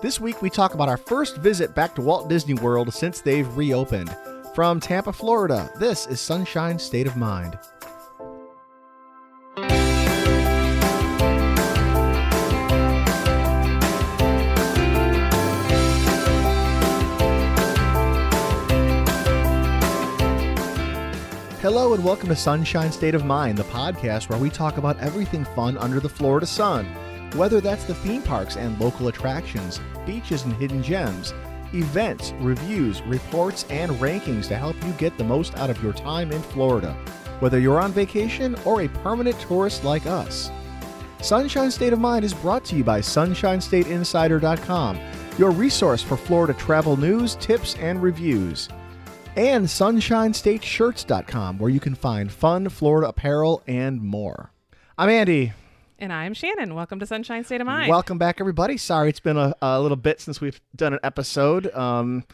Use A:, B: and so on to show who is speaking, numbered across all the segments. A: This week we talk about our first visit back to Walt Disney World since they've reopened. From Tampa, Florida, this is Sunshine State of Mind. Hello and welcome to Sunshine State of Mind, the podcast where we talk about everything fun under the Florida sun. Whether that's the theme parks and local attractions, beaches and hidden gems, events, reviews, reports, and rankings to help you get the most out of your time in Florida, whether you're on vacation or a permanent tourist like us. Sunshine State of Mind is brought to you by SunshineStateInsider.com, your resource for Florida travel news, tips, and reviews and sunshinestateshirts.com where you can find fun Florida apparel and more. I'm Andy.
B: And I'm Shannon. Welcome to Sunshine State of Mind.
A: Welcome back, everybody. Sorry it's been a, a little bit since we've done an episode. Um,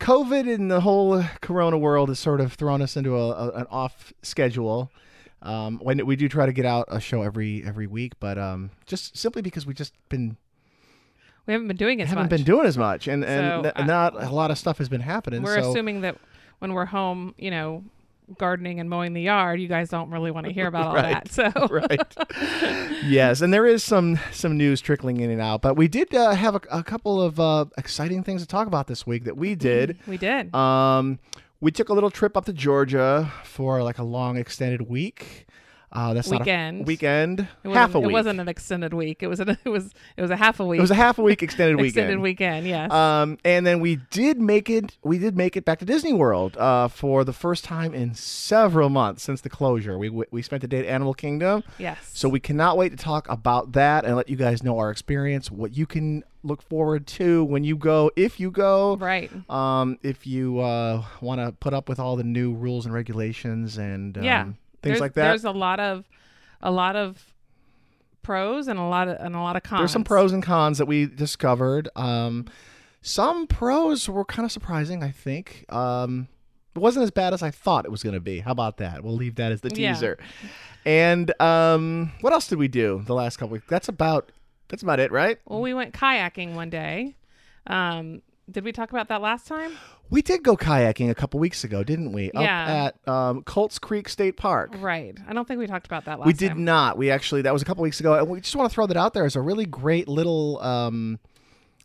A: COVID and the whole corona world has sort of thrown us into a, a- an off schedule. Um, when we do try to get out a show every every week, but um, just simply because we just been
B: we haven't been doing it.
A: haven't
B: much.
A: been doing as much, and and
B: So,
A: n- not a lot of stuff has been happening.
B: We're
A: so,
B: assuming that when we're home, you know, gardening and mowing the yard, you guys don't really want to hear about all
A: Right.
B: that. So
A: right. yes, and there is some some news trickling in and out, but we did uh, have a, a couple of uh, exciting things to talk about this week that
B: Mm-hmm.
A: we did.
B: we did.
A: Um, we took a little trip up to Georgia for like a long extended week. Uh, that's not a
B: Weekend.
A: weekend.
B: it
A: half a
B: wasn't-
A: week.
B: It wasn't an extended week. It was an, it was it was a half a week.
A: It was a half a week extended weekend.
B: extended weekend. Yes.
A: Um, and then we did make it. We did make it back to Disney World uh, for the first time in several months since the closure. We we spent the day at Animal Kingdom.
B: yes.
A: So we cannot wait to talk about that and let you guys know our experience, what you can look forward to when you go, if you go.
B: right.
A: Um, if you uh, want to put up with all the new rules and regulations and um,
B: yeah.
A: things
B: There's-
A: like
B: There's
A: that.
B: a lot of a lot of pros and a lot of and a lot of cons.
A: There's some pros and cons that we discovered. Um, some pros were kind of surprising, I think. Um, it wasn't as bad as I thought it was going to be. How about that? We'll leave that as the
B: Yeah.
A: teaser. And um, what else did we do the last couple weeks? That's about that's about it, right?
B: Well, we went kayaking one day. Um, did we talk about that last time?
A: We did go kayaking a couple weeks ago, didn't we?
B: Yeah.
A: Up at um, Colts Creek State Park.
B: Right. I don't think we talked about that last
A: we did
B: time.
A: not. We actually that was a couple weeks ago, and we just want to throw that out there as a really great little. Um,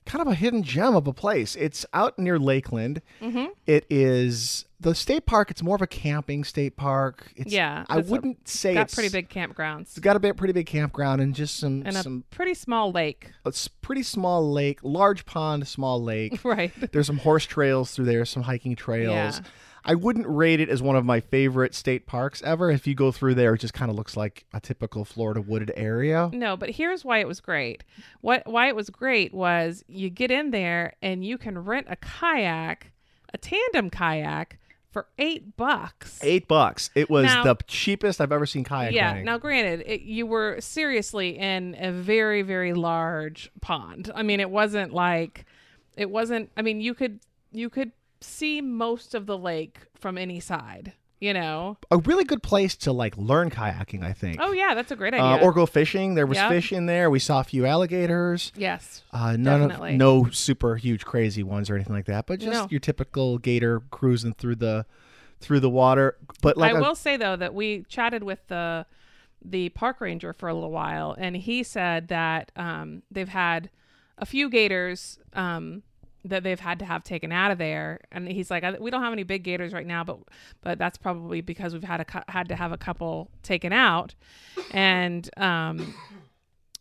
A: Kind of a hidden gem of a place. It's out near Lakeland.
B: Mm-hmm.
A: It is the state park. It's more of a camping state park. It's,
B: Yeah,
A: I
B: it's a-
A: wouldn't say
B: got
A: it's
B: pretty big campgrounds
A: It's got a bit pretty big campground and just some
B: and
A: some
B: a pretty small lake.
A: a s- pretty small lake, large pond, small lake.
B: Right.
A: There's some horse trails through there, some hiking trails.
B: Yeah.
A: I wouldn't rate it as one of my favorite state parks ever. If you go through there, it just kind of looks like a typical Florida wooded area.
B: No, but here's why it was great. What why it was great was you get in there and you can rent a kayak, a tandem kayak for 8 bucks.
A: Eight bucks. It was
B: Now-
A: the cheapest I've ever seen kayak
B: yeah.
A: riding.
B: Now, granted, it, you were seriously in a very, very large pond. I mean, it wasn't like, it wasn't. I mean, you could you could see most of the lake from any side. You know.
A: a really good place to like learn kayaking, I think.
B: Oh yeah, that's a great
A: Uh,
B: idea.
A: or go fishing. There was
B: Yeah.
A: fish in there. We saw a few alligators.
B: yes.
A: Uh, none
B: Definitely.
A: of no super huge crazy ones or anything like that, but just
B: No.
A: your typical gator cruising through the through the water. But like
B: I
A: a-
B: will say though that we chatted with the the park ranger for a little while, and he said that um, they've had a few gators um, that they've had to have taken out of there, and he's like, I, "We don't have any big gators right now, but but that's probably because we've had a cou- had to have a couple taken out," and um,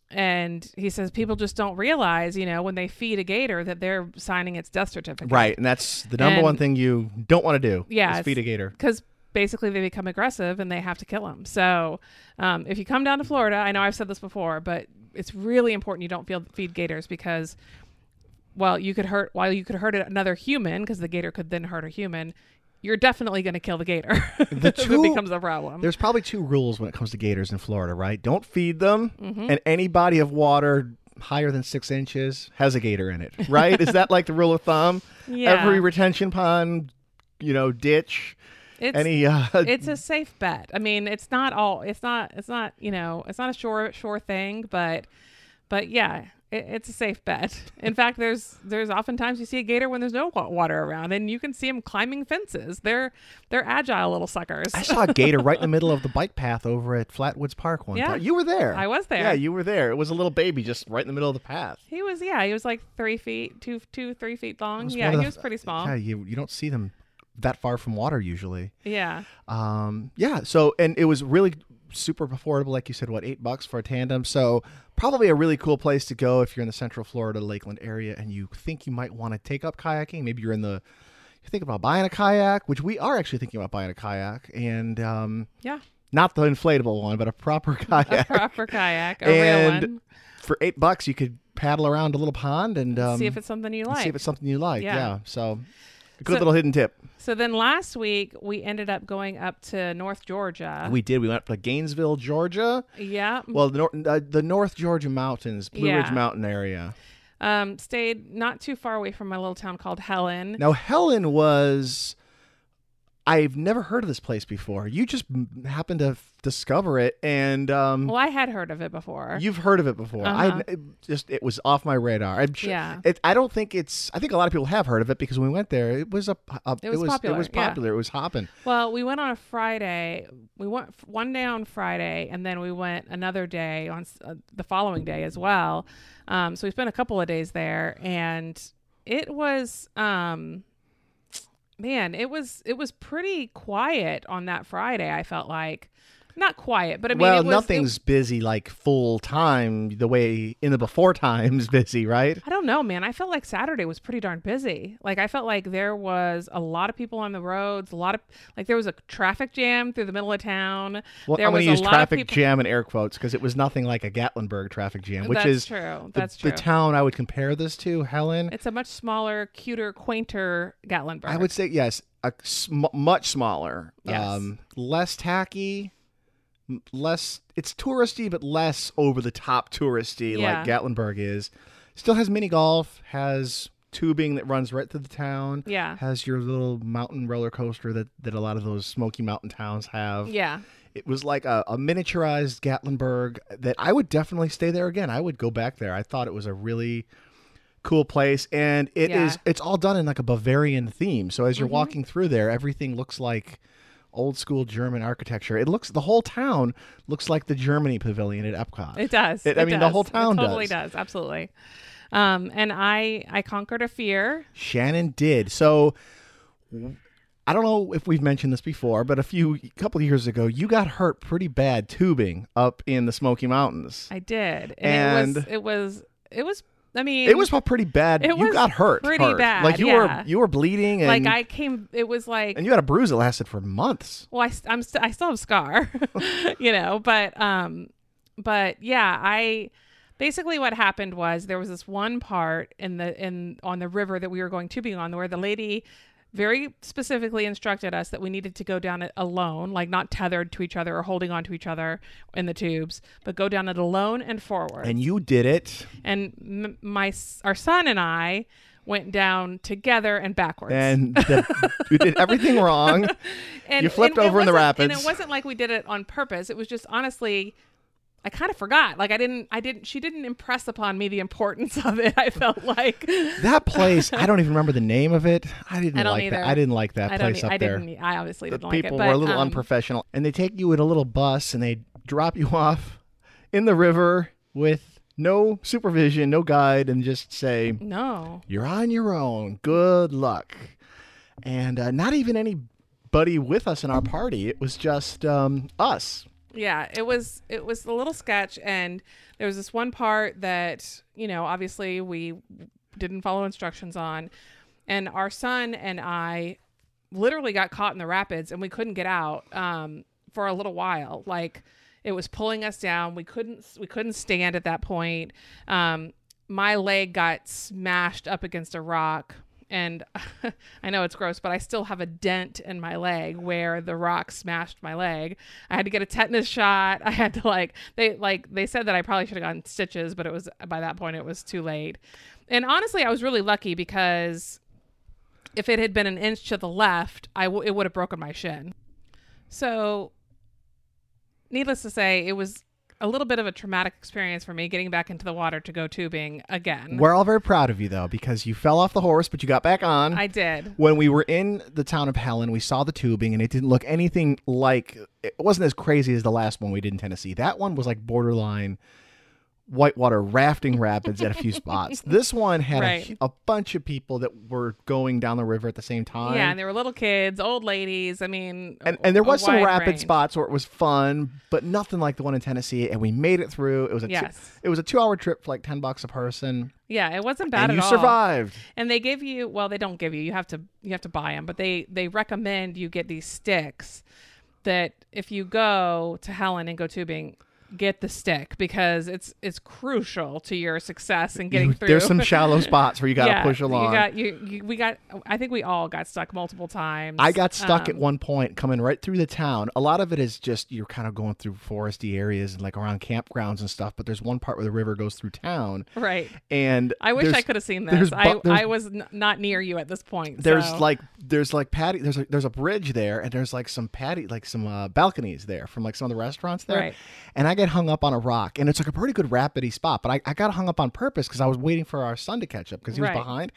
B: and he says people just don't realize, you know, when they feed a gator that they're signing its death certificate,
A: Right, and that's the number
B: And-
A: one thing you don't want to do.
B: Yeah,
A: is
B: it's-
A: feed a gator.
B: because basically they become aggressive and they have to kill them. So um, if you come down to Florida, I know I've said this before, but it's really important you don't feel, feed gators because while you could hurt while you could hurt another human because the gator could then hurt a human, you're definitely going to kill the gator. if
A: two-
B: it becomes a problem.
A: There's probably two rules when it comes to gators in Florida, right? Don't feed them,
B: Mm-hmm.
A: and any body of water higher than six inches has a gator in it, right? is that like the rule of thumb?
B: Yeah.
A: Every retention pond, you know, ditch,
B: It's,
A: any uh,
B: it's a safe bet. I mean, it's not all. It's not. It's not. You know, it's not a sure sure thing, but but yeah, it, it's a safe bet. In fact, there's there's oftentimes you see a gator when there's no wa- water around, and you can see them climbing fences. They're they're agile little suckers.
A: I saw a gator right in the middle of the bike path over at Flatwoods Park one
B: Yeah.
A: time. You were there.
B: I was there.
A: Yeah, you were there. It was a little baby just right in the middle of the path.
B: he was yeah, he was like three feet, two two three feet long.
A: It's
B: Yeah,
A: one of
B: he
A: the-
B: was pretty small.
A: Yeah, you you don't see them that far from water usually.
B: yeah.
A: Um, yeah. So and it was really super affordable, like you said, what eight bucks for a tandem. So probably a really cool place to go if you're in the Central Florida Lakeland area and you think you might want to take up kayaking. Maybe you're in the you're thinking about buying a kayak, which we are actually thinking about buying a kayak, and um,
B: Yeah.
A: not the inflatable one, but a proper kayak.
B: Proper kayak, a
A: and
B: real one.
A: for eight bucks, you could paddle around a little pond and um,
B: see if it's something you
A: and
B: like.
A: see if it's something you like. Yeah.
B: Yeah.
A: So, a good
B: So-
A: little hidden tip.
B: so then last week we ended up going up to North Georgia.
A: We did. We went up to Gainesville, Georgia.
B: yeah.
A: Well, the, nor- uh, the North Georgia Mountains, Blue Ridge
B: Yeah.
A: Mountain area.
B: Um, stayed not too far away from my little town called Helen.
A: Now, Helen was. I've never heard of this place before. You just m- happened to f- discover it, and um,
B: Well, I had heard of it before.
A: You've heard of it before.
B: Uh-huh.
A: I it just it was off my radar. I'm sure,
B: Yeah.
A: It, I don't think it's. I think a lot of people have heard of it because when we went there, it was a. a-
B: It was
A: It
B: popular,
A: was
B: yeah.
A: popular. It was hopping.
B: Well, we went on a Friday. We went f- one day on Friday, and then we went another day on s- uh, the following day as well. Um, so we spent a couple of days there, and it was, um, man, it was it was pretty quiet on that Friday. I felt like not quiet, but I mean,
A: well,
B: it was, it-
A: nothing's busy like full time the way in the before times busy, right?
B: I don't know, man. I felt like Saturday was pretty darn busy. Like I felt like there was a lot of people on the roads, a lot of like there was a traffic jam through the middle of town.
A: Well,
B: there
A: I'm going
B: was
A: to
B: a
A: use
B: lot of
A: traffic
B: people-
A: jam in air quotes because it was nothing like a Gatlinburg traffic jam, which
B: That's
A: is
B: true.
A: the-
B: That's
A: the,
B: true.
A: town I would compare this to. Helen,
B: It's a much smaller, cuter, quainter Gatlinburg.
A: I would say yes, a sm- much smaller, um,
B: Yes.
A: less tacky, m- less. It's touristy, but less over the top touristy like
B: Yeah.
A: Gatlinburg is. Still has mini golf, has tubing that runs right through the town.
B: Yeah.
A: has your little mountain roller coaster that that a lot of those Smoky Mountain towns have.
B: Yeah.
A: It was like a, a miniaturized Gatlinburg that I would definitely stay there again. I would go back there. I thought it was a really cool place and it
B: Yeah. Mm-hmm.
A: is- it's all done in like a Bavarian theme. So as you're walking through there, everything looks like old school German architecture. It looks the whole town looks like the Germany pavilion at Epcot.
B: It does.
A: It- I mean, the
B: does.
A: whole town
B: it totally
A: does.
B: does. Absolutely. Um, and I, I conquered a fear.
A: Shannon did. So I don't know if we've mentioned this before, but a few couple of years ago, you got hurt pretty bad tubing up in the Smoky Mountains.
B: I did, and,
A: And-
B: it was, it was, it was. I mean,
A: It was a pretty bad.
B: It
A: you
B: was
A: got hurt.
B: pretty
A: hurt.
B: bad,
A: Like you
B: yeah.
A: were you were bleeding and
B: like I came. It was like
A: and you had a bruise that lasted for months.
B: well I, st- i'm st- i still have scar you know but um but yeah i basically what happened was there was this one part in the in on the river that we were going tubing on where the lady very specifically instructed us that we needed to go down it alone like not tethered to each other or holding on to each other in the tubes but go down it alone and forward
A: And you did it.
B: and m- my s- our son and i went down together and backwards
A: And the, you did everything wrong.
B: and
A: You flipped
B: it
A: over in the
B: wasn't- And
A: rapids.
B: it wasn't like we did it on purpose. It was just honestly, I kind of forgot. Like I didn't, I didn't. She didn't impress upon me the importance of it. I felt like
A: That place, I don't even remember the name of it. I didn't
B: I don't
A: like that.
B: either.
A: I didn't like that
B: I don't.
A: place
B: e-
A: up
B: I
A: there.
B: didn't. I obviously
A: the
B: didn't like
A: people
B: it. But,
A: were a little
B: um,
A: unprofessional and they take you in a little bus and they drop you off in the river with no supervision no guide and just say
B: No.
A: you're on your own good luck and uh, not even anybody with us in our party it was just um, us
B: Yeah, it was it was a little sketch, and there was this one part that you know obviously we didn't follow instructions on, and our son and I literally got caught in the rapids and we couldn't get out um, for a little while. Like it was pulling us down. We couldn't we couldn't stand at that point. Um, my leg got smashed up against a rock. And I know it's gross, but I still have a dent in my leg where the rock smashed my leg. I had to get a tetanus shot. I had to like they like they said that I probably should have gotten stitches, but it was by that point it was too late. And honestly, I was really lucky because if it had been an inch to the left, I w- it would have broken my shin. So, needless to say, it was a little bit of a traumatic experience for me getting back into the water to go tubing again.
A: We're all very proud of you though, because you fell off the horse, but you got back on.
B: I did.
A: when we were in the town of Helen, we saw the tubing, and it didn't look anything like it wasn't as crazy as the last one we did in Tennessee. That one was like borderline whitewater rafting rapids at a few spots. This one had
B: Right.
A: a, a bunch of people that were going down the river at the same time.
B: Yeah, and there were little kids, old ladies. I mean,
A: and, and there
B: a
A: was some
B: wide
A: rapid
B: range.
A: spots where it was fun, but nothing like the one in Tennessee. And we made it through. It was a
B: Yes.
A: two, it was a two hour trip for like ten bucks a person,
B: Yeah, it wasn't bad
A: and
B: at
A: you
B: all.
A: survived.
B: And they give you well, they don't give you. You have to you have to buy them, but they they recommend you get these sticks that if you go to Helen and go tubing, get the stick because it's it's crucial to your success and getting
A: You-
B: through.
A: there's some shallow spots where you got to
B: Yeah,
A: push along.
B: You got you, you. We got. I think we all got stuck multiple times.
A: I got stuck at
B: Um,
A: one point coming right through the town. A lot of it is just you're kind of going through foresty areas and like around campgrounds and stuff, but there's one part where the river goes through town
B: Right.
A: and
B: I wish I
A: there's-
B: could have seen
A: there's
B: this. I,
A: bu- there's-
B: I was n- not near you at this point.
A: There's
B: so-
A: like there's like patty there's a, there's a bridge there and there's like some patty like some uh, balconies there from like some of the restaurants there.
B: Right.
A: And I get hung up on a rock and it's like a pretty good rapidy spot, but I, I got hung up on purpose because I was waiting for our son to catch up because he was
B: Right.
A: behind.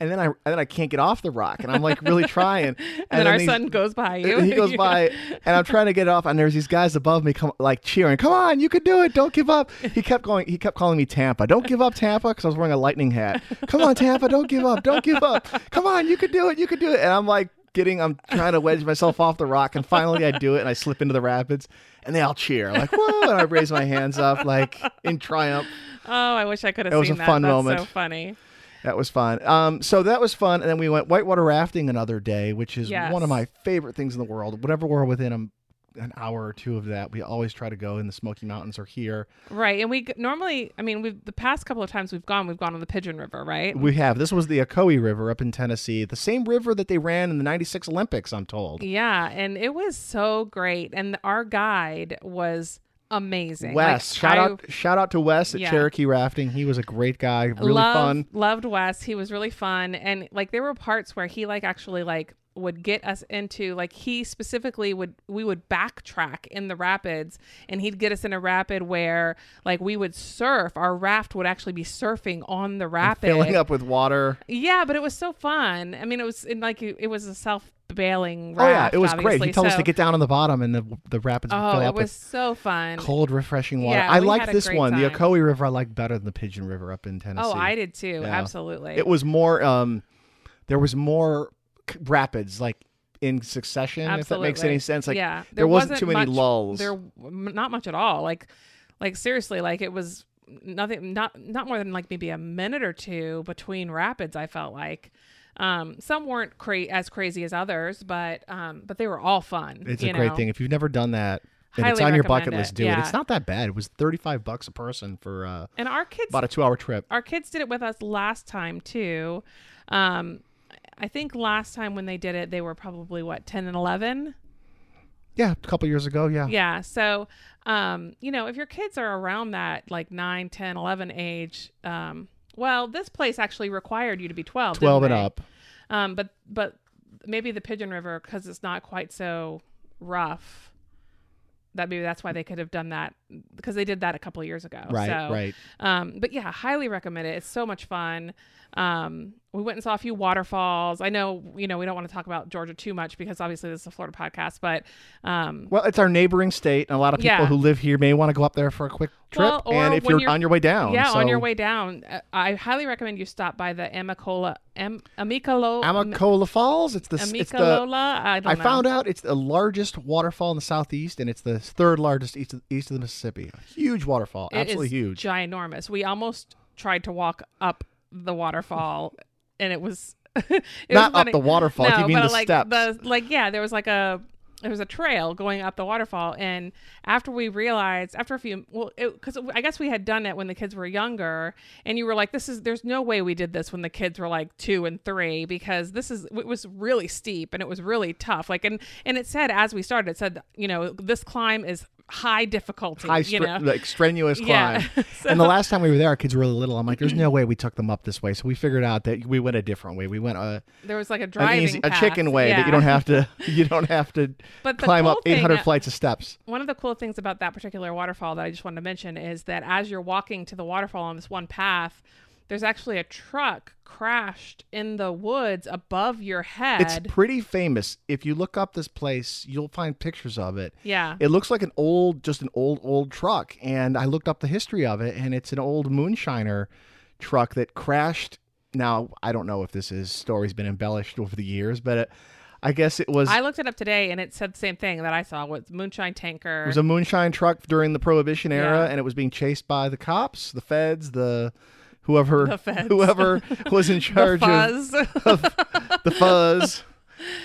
A: And then I and then I can't get off the rock and I'm like really trying. and,
B: And, then our
A: these-
B: son goes by you.
A: And he goes
B: You-
A: by, and I'm trying to get it off, and there's these guys above me, come like cheering, "Come on, you can do it! Don't give up!" He kept going. He kept calling me Tampa. Don't give up, Tampa, because I was wearing a lightning hat. Come on, Tampa! Don't give up! Don't give up! Come on, you can do it! You can do it! And I'm like getting, I'm trying to wedge myself off the rock, and finally I do it, and I slip into the rapids, and they all cheer like whoa, and I raise my hands up like in triumph.
B: Oh, I wish I could have
A: It
B: seen
A: was a
B: that.
A: fun
B: That's
A: moment.
B: so funny.
A: That was fun. Um, so that was fun, and then we went whitewater rafting another day, which is
B: Yes.
A: one of my favorite things in the world. Whenever we're within a, an hour or two of that, we always try to go in the Smoky Mountains or here.
B: Right. And we g- normally, I mean, we've the past couple of times we've gone, we've gone on the Pigeon River, right?
A: We have this was the Ocoee River up in Tennessee, the same river that they ran in the '96 Olympics. I'm told.
B: yeah. And it was so great. And our guide was amazing. Like,
A: Wes, shout
B: I
A: out, shout out to Wes at
B: Yeah.
A: Cherokee Rafting. He was a great guy, really
B: loved,
A: fun.
B: Loved Wes. He was really fun. And like there were parts where he like actually like would get us into like he specifically would we would backtrack in the rapids and he'd get us in a rapid where like we would surf our raft would actually be surfing on the rapid
A: Filling up with water.
B: Yeah, but it was so fun. I mean, it was in like it it was a self bailing
A: Oh yeah,
B: raft.
A: it was great.
B: obviously,
A: He told us
B: so-
A: to get down on the bottom, and the the rapids would
B: Oh,
A: fill
B: it
A: up with
B: was so fun.
A: cold, refreshing water.
B: Yeah,
A: I
B: we
A: liked
B: had a
A: this
B: great
A: one. The
B: time.
A: Ocoee River I liked better than the Pigeon River up in Tennessee.
B: Oh, I did too.
A: Yeah.
B: Absolutely.
A: It was more. Um, there was more c- rapids like in succession. If that makes
B: Absolutely.
A: any sense. Like
B: yeah,
A: there, wasn't, too many
B: much-
A: lulls.
B: There w- not much at all. Like, like seriously, like it was nothing. Not not more than like maybe a minute or two between rapids. I felt like. Um, some weren't cra- as crazy as others, but um, but they were all fun.
A: it's
B: you
A: a great
B: know?
A: thing if you've never done that. And it's
B: Highly
A: on your
B: recommend
A: bucket
B: it.
A: list. Do it.
B: Yeah.
A: It's not that bad. It was thirty-five bucks a person for uh,
B: And our kids
A: about a two-hour trip.
B: our kids did it with us last time too. Um, I think last time when they did it, they were probably what ten and eleven.
A: Yeah, a couple years ago. Yeah.
B: Yeah. So, um, you know, if your kids are around that like 9, 10, 11 age, um, well, this place actually required you to be 12. didn't
A: Twelve and
B: they?
A: up.
B: Um, but, but maybe the Pigeon River, because it's not quite so rough, that maybe that's why they could have done that because they did that a couple of years ago.
A: Right.
B: So,
A: Right.
B: um, but yeah, highly recommend it. It's so much fun. Um, we went and saw a few waterfalls. I know, you know, we don't want to talk about Georgia too much because obviously this is a Florida podcast, but um,
A: Well, it's our neighboring state, and a lot of people
B: Yeah.
A: who live here may want to go up there for a quick trip.
B: Well, or
A: and if
B: when
A: you're,
B: you're-
A: on your way down,
B: yeah, on your
A: Oh, so-
B: way down, uh, I highly recommend you stop by the Amicola, Am- Amicolo,
A: Amacola Falls. It's the s- it's the
B: Amicalola. I don't
A: I
B: know.
A: found out it's the largest waterfall in the southeast, and it's the third largest east of, east of the Mississippi. A huge waterfall,
B: It is
A: absolutely huge.
B: ginormous. We almost tried to walk up the waterfall, and it was it
A: Not
B: was
A: up the waterfall.
B: No,
A: I keep meaning
B: but
A: the
B: like
A: steps.
B: the like yeah, there was like a there was a trail going up the waterfall, and after we realized after a few well, because I guess we had done it when the kids were younger, and you were like, this is there's no way we did this when the kids were like two and three because this is it was really steep and it was really tough. Like and and it said as we started, it said you know this climb is high difficulty.
A: high,
B: you
A: stre-
B: know,
A: like strenuous
B: Yeah.
A: climb. And the last time we were there, our kids were really little. I'm like, there's no way we took them up this way. So we figured out that we went a different way. We went a,
B: there was like a
A: an
B: driving,
A: easy, a
B: path.
A: chicken way that you don't
B: Yeah.
A: have to, you don't have to
B: But the
A: climb up
B: cool thing uh,
A: 800
B: that-
A: flights of steps.
B: One of the cool things about that particular waterfall that I just wanted to mention is that as you're walking to the waterfall on this one path, there's actually a truck crashed in the woods above your head.
A: It's pretty famous. If you look up this place, you'll find pictures of it.
B: yeah.
A: It looks like an old, just an old, old truck. And I looked up the history of it, and it's an old moonshiner truck that crashed. Now, I don't know if this is story's been embellished over the years, but it, I guess it was
B: I looked it up today and it said the same thing that I saw with moonshine tanker.
A: it was a moonshine truck during the Prohibition era,
B: Yeah.
A: and it was being chased by the cops, the feds, the whoever,
B: The feds.
A: whoever was in
B: the
A: charge of
B: fuzz.
A: the fuzz.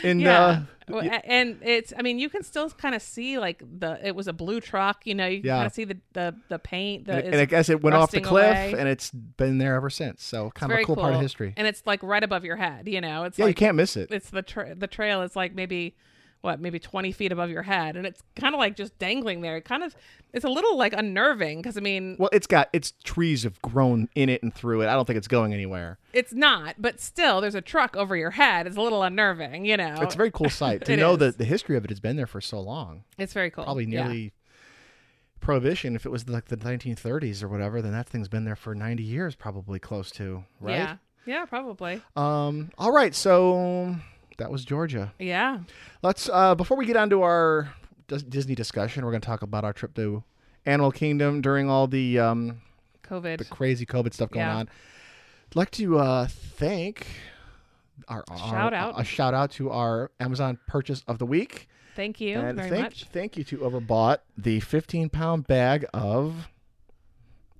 A: And uh,
B: yeah. Well, a- and it's I mean you can still kind of see like the it was a blue truck, you know, you can
A: Yeah.
B: kind of see the, the the paint that
A: and,
B: is
A: and I guess it went off the
B: rusting
A: cliff,
B: away.
A: and it's been there ever since. So kind of a
B: very
A: cool, part of history.
B: And it's like right above your head, you know. It's
A: yeah, you
B: like
A: can't miss it.
B: it's the tra- the trail is like maybe what maybe 20 feet above your head and it's kind of like just dangling there it kind of it's a little like unnerving because i mean
A: Well, it's got it's trees have grown in it and through it. I don't think it's going anywhere.
B: it's not but still there's a truck over your head it's a little unnerving you know
A: It's a very cool sight to
B: Oh, It
A: know
B: is.
A: that the history of it has been there for so long.
B: it's very cool
A: Probably
B: Yeah.
A: nearly prohibition. If it was like the 1930s or whatever, then that thing's been there for 90 years, probably close to right.
B: yeah yeah probably
A: Um. All right. So that was Georgia.
B: yeah
A: Let's uh before we get on to our dis- Disney discussion, we're going to talk about our trip to Animal Kingdom during all the um
B: covid
A: the crazy COVID stuff going
B: Yeah.
A: on. I'd like to uh, thank our, our-
B: Shout out.
A: a shout out to our Amazon purchase of the week,
B: thank you
A: and
B: very
A: thank
B: much
A: thank you to Overbought the 15 pound bag of.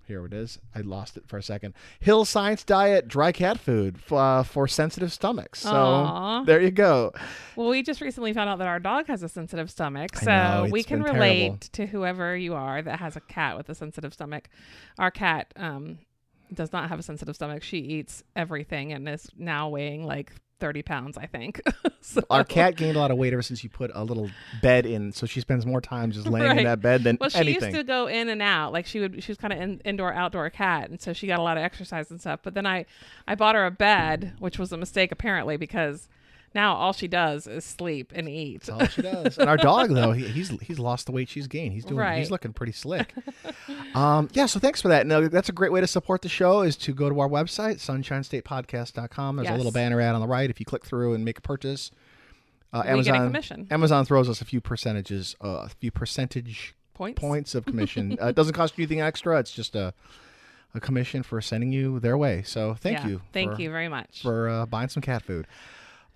A: Here it is. I lost it for a second. Hill Science Diet dry cat food f- uh, for sensitive stomachs. So
B: Aw.
A: there you go.
B: well we just recently found out that our dog has a sensitive stomach
A: I
B: so
A: know,
B: we
A: it's
B: can
A: been
B: relate
A: terrible.
B: to whoever you are that has a cat with a sensitive stomach our cat um does not have a sensitive stomach she eats everything and is now weighing like 30 pounds i think so
A: Our cat gained a lot of weight ever since you put a little bed in, so she spends more time just laying in
B: Right.
A: that bed than
B: Well, she
A: anything.
B: used to go in and out. Like she would, she was kind of in, indoor outdoor cat, and so she got a lot of exercise and stuff. But then I, I bought her a bed, which was a mistake apparently because now all she does is sleep and eat.
A: That's all she does. And our dog though, he, he's he's lost the weight she's gained. He's doing he's
B: Right.
A: looking pretty slick. um, yeah, so thanks for that. Now that's a great way to support the show is to go to our website, sunshinestatepodcast.com. There's a little
B: Yes.
A: banner ad on the right. If you click through and make a purchase, uh,
B: We get a
A: Amazon
B: commission.
A: Amazon throws us a few percentages, uh, a few percentage
B: Points.
A: points of commission. uh, it doesn't cost you anything extra. It's just a a commission for sending you their way. So thank
B: Yeah.
A: you.
B: Thank
A: for-
B: you very much.
A: for uh, buying some cat food.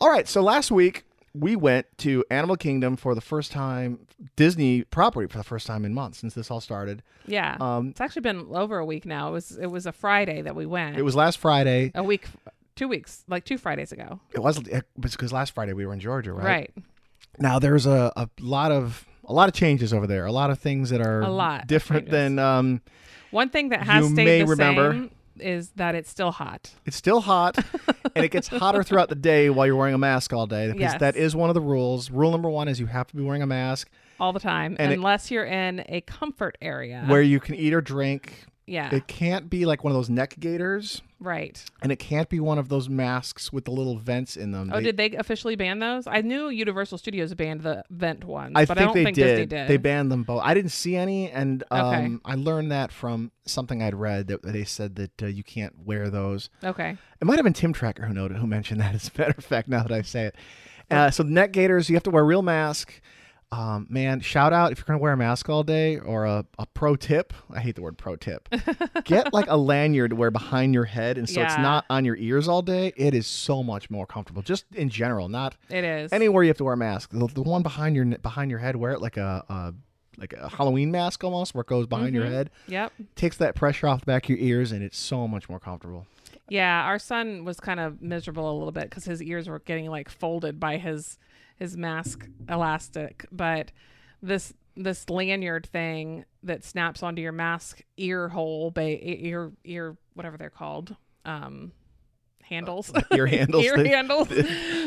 A: All right, so last week we went to Animal Kingdom for the first time, Disney property for the first time in months since this all started.
B: yeah,
A: um,
B: it's actually been over a week now. It was it was a Friday that we went.
A: It was last Friday.
B: a week, two weeks, like two Fridays ago.
A: It was because last Friday we were in Georgia, right?
B: Right.
A: Now there's a, a lot of a lot of changes over there. A lot of things that are
B: A lot of
A: different
B: changes.
A: than um,
B: One thing that has
A: You
B: stayed
A: may
B: the
A: remember-
B: same is that it's still hot.
A: It's still hot, and it gets hotter throughout the day while you're wearing a mask all day. Because
B: Yes.
A: that is one of the rules. Rule number one is you have to be wearing a mask
B: All the time,
A: And it-
B: unless you're in a comfort area.
A: where you can eat or drink.
B: yeah,
A: It can't be like one of those neck gaiters.
B: right.
A: and it can't be one of those masks with the little vents in them.
B: Oh, did they officially ban those? I knew Universal Studios banned the vent ones,
A: I
B: but
A: think
B: I don't
A: they
B: think
A: did.
B: Disney did.
A: They banned them both. I didn't see any, and um,
B: Okay.
A: I learned that from something I'd read that they said that uh, you can't wear those.
B: okay,
A: It might have been Tim Tracker who noted, who mentioned that. As a matter of fact, now that I say it, uh, so neck gaiters, you have to wear a real mask. Um, man, shout out if you're going to wear a mask all day or a, a pro tip. I hate the word pro tip. Get like a lanyard to wear behind your head, and so it's
B: Yeah.
A: not on your ears all day. It is so much more comfortable, just in general, not
B: it is.
A: anywhere you have to wear a mask. The, the one behind your behind your head, wear it like a, a like a Halloween mask almost, where it goes behind
B: Mm-hmm.
A: your head,
B: yep.
A: takes that pressure off the back of your ears, and it's so much more comfortable.
B: Yeah, our son was kind of miserable a little bit because his ears were getting like folded by his his mask elastic. But this this lanyard thing that snaps onto e, your mask ear hole, ba- ear ear whatever they're called, um, handles,
A: Ear Uh, handles.
B: ear
A: they-
B: handles,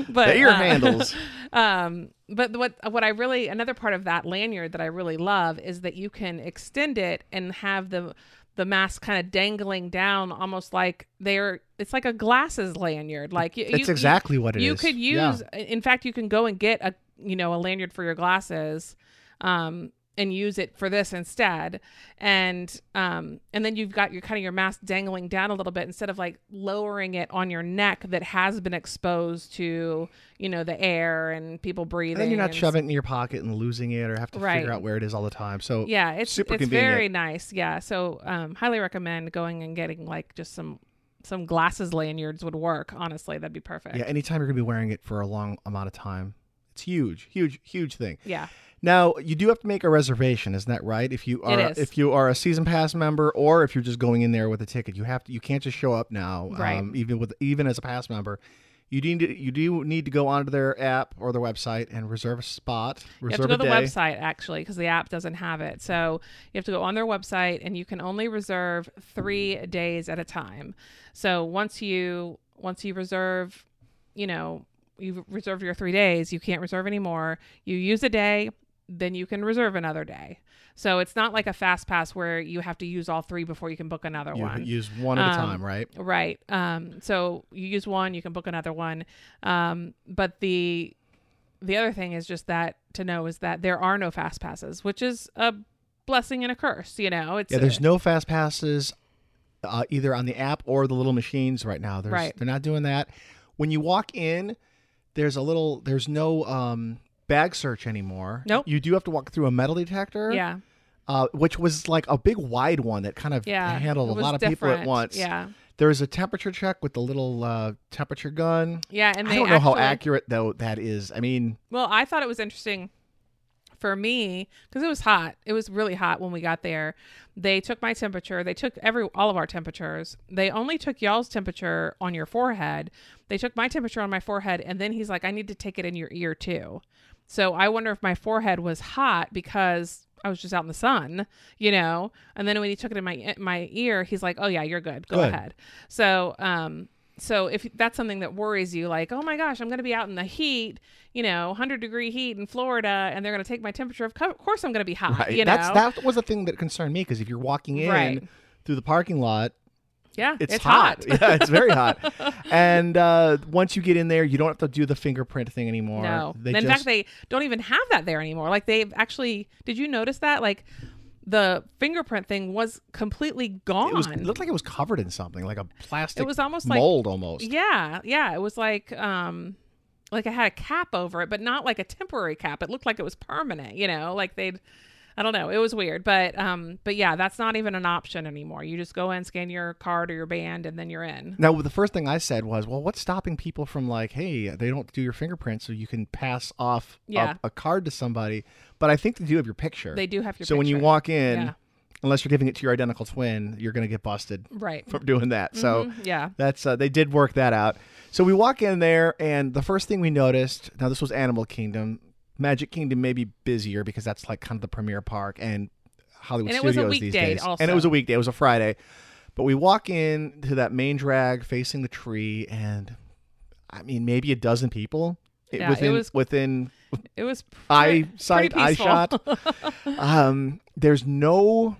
B: but
A: the ear
B: uh,
A: handles.
B: Um, but what what I really another part of that lanyard that I really love is that you can extend it and have the the mask kind of dangling down, almost like they're it's like a glasses lanyard. Like you,
A: It's
B: you-
A: exactly what it is.
B: you could use.
A: Yeah.
B: In fact, you can go and get a you know a lanyard for your glasses, um, and use it for this instead. And um, and then you've got your kind of your mask dangling down a little bit instead of like lowering it on your neck that has been exposed to you know the air and people breathing.
A: And then you're not
B: and-
A: shoving it in your pocket and losing it or have to
B: Right.
A: figure out where it is all the time. So
B: Yeah, it's
A: Super
B: it's
A: convenient.
B: very nice. Yeah, so um, highly recommend going and getting like just some some glasses lanyards would work. Honestly, that'd be perfect.
A: yeah, anytime you're gonna be wearing it for a long amount of time. It's huge, huge, huge thing.
B: yeah.
A: Now you do have to make a reservation, isn't that right? If you are
B: is.
A: if you are a season pass member or if you're just going in there with a ticket, you have to you can't just show up now. um,
B: Right.
A: even with even as a pass member, you do need to, you do need to go onto their app or their website and reserve a spot.
B: You
A: Reserve
B: have to go to
A: a
B: the
A: day.
B: website actually because the app doesn't have it. So you have to go on their website and you can only reserve three days at a time. So once you once you reserve, you know, you reserve your three days, you can't reserve anymore. You use a day, then you can reserve another day. So it's not like a fast pass where you have to use all three before you can book another
A: You
B: one.
A: use one at a
B: Um,
A: time, right?
B: Right. Um, so you use one, you can book another one. Um, but the the other thing is just that to know is that there are no fast passes, which is a blessing and a curse. You know, it's
A: Yeah, there's no fast passes uh, either on the app or the little machines right now. There's,
B: Right.
A: They're not doing that. When you walk in, there's a little, there's no um, bag search anymore.
B: Nope.
A: You do have to walk through a metal detector,
B: yeah,
A: uh, which was like a big wide one that kind of
B: yeah.
A: handled
B: It
A: a
B: was
A: lot of people at
B: different.
A: once.
B: Yeah,
A: There was a temperature check with the little uh, temperature gun.
B: yeah. And
A: I
B: they
A: don't know how
B: actually-
A: accurate though that is. I mean,
B: Well, I thought it was interesting for me because it was hot. It was really hot when we got there. They took my temperature. They took every all of our temperatures. They only took y'all's temperature on your forehead. They took my temperature on my forehead, and then he's like, "I need to take it in your ear too." So I wonder if my forehead was hot because I was just out in the sun, you know. And then when he took it in my my ear, he's like, "Oh yeah, you're good. Go
A: Good.
B: ahead." So, um, so if that's something that worries you, like, oh my gosh, I'm going to be out in the heat, you know, 100 degree heat in Florida, and they're going to take my temperature. Of co- course, I'm going to be hot.
A: right?
B: You know,
A: That's that was the thing that concerned me because if you're walking in
B: Right.
A: through the parking lot,
B: yeah,
A: it's, hot. yeah, it's very hot. And uh, once you get in there, you don't have to do the fingerprint thing anymore.
B: No,
A: They
B: And in
A: just-
B: fact, they don't even have that there anymore. Like they've actually, did you notice that? Like the fingerprint thing was completely gone.
A: it, was, it looked like it was covered in something, like a plastic
B: It was almost like
A: mold almost.
B: Yeah, yeah. It was like um like I had a cap over it, but not like a temporary cap. It looked like it was permanent, you know, like they'd I don't know. It was weird, but um but yeah, that's not even an option anymore. You just go in, scan your card or your band and then you're in.
A: Now, the first thing I said was, well, what's stopping people from like, hey, they don't do your fingerprint, so you can pass off a-
B: Yeah.
A: a, card to somebody. But I think they do have your picture.
B: They do have your
A: so when you
B: picture.
A: walk in,
B: Yeah.
A: unless you're giving it to your identical twin, you're going to get busted
B: Right.
A: from doing that. So
B: Mhm, yeah.
A: That's uh, they did work that out. So we walk in there, and the first thing we noticed. Now this was Animal Kingdom. Magic Kingdom may be busier because that's like kind of the premier park and Hollywood
B: And it was
A: Studios
B: a
A: these
B: weekday
A: days.
B: also.
A: And it was a weekday. It was a Friday. But we walk in to that main drag facing the tree, and I mean maybe a dozen people
B: Yeah, it
A: within
B: was-
A: within
B: It was
A: eye
B: pretty,
A: sight, eye
B: peaceful.
A: shot. um, there's no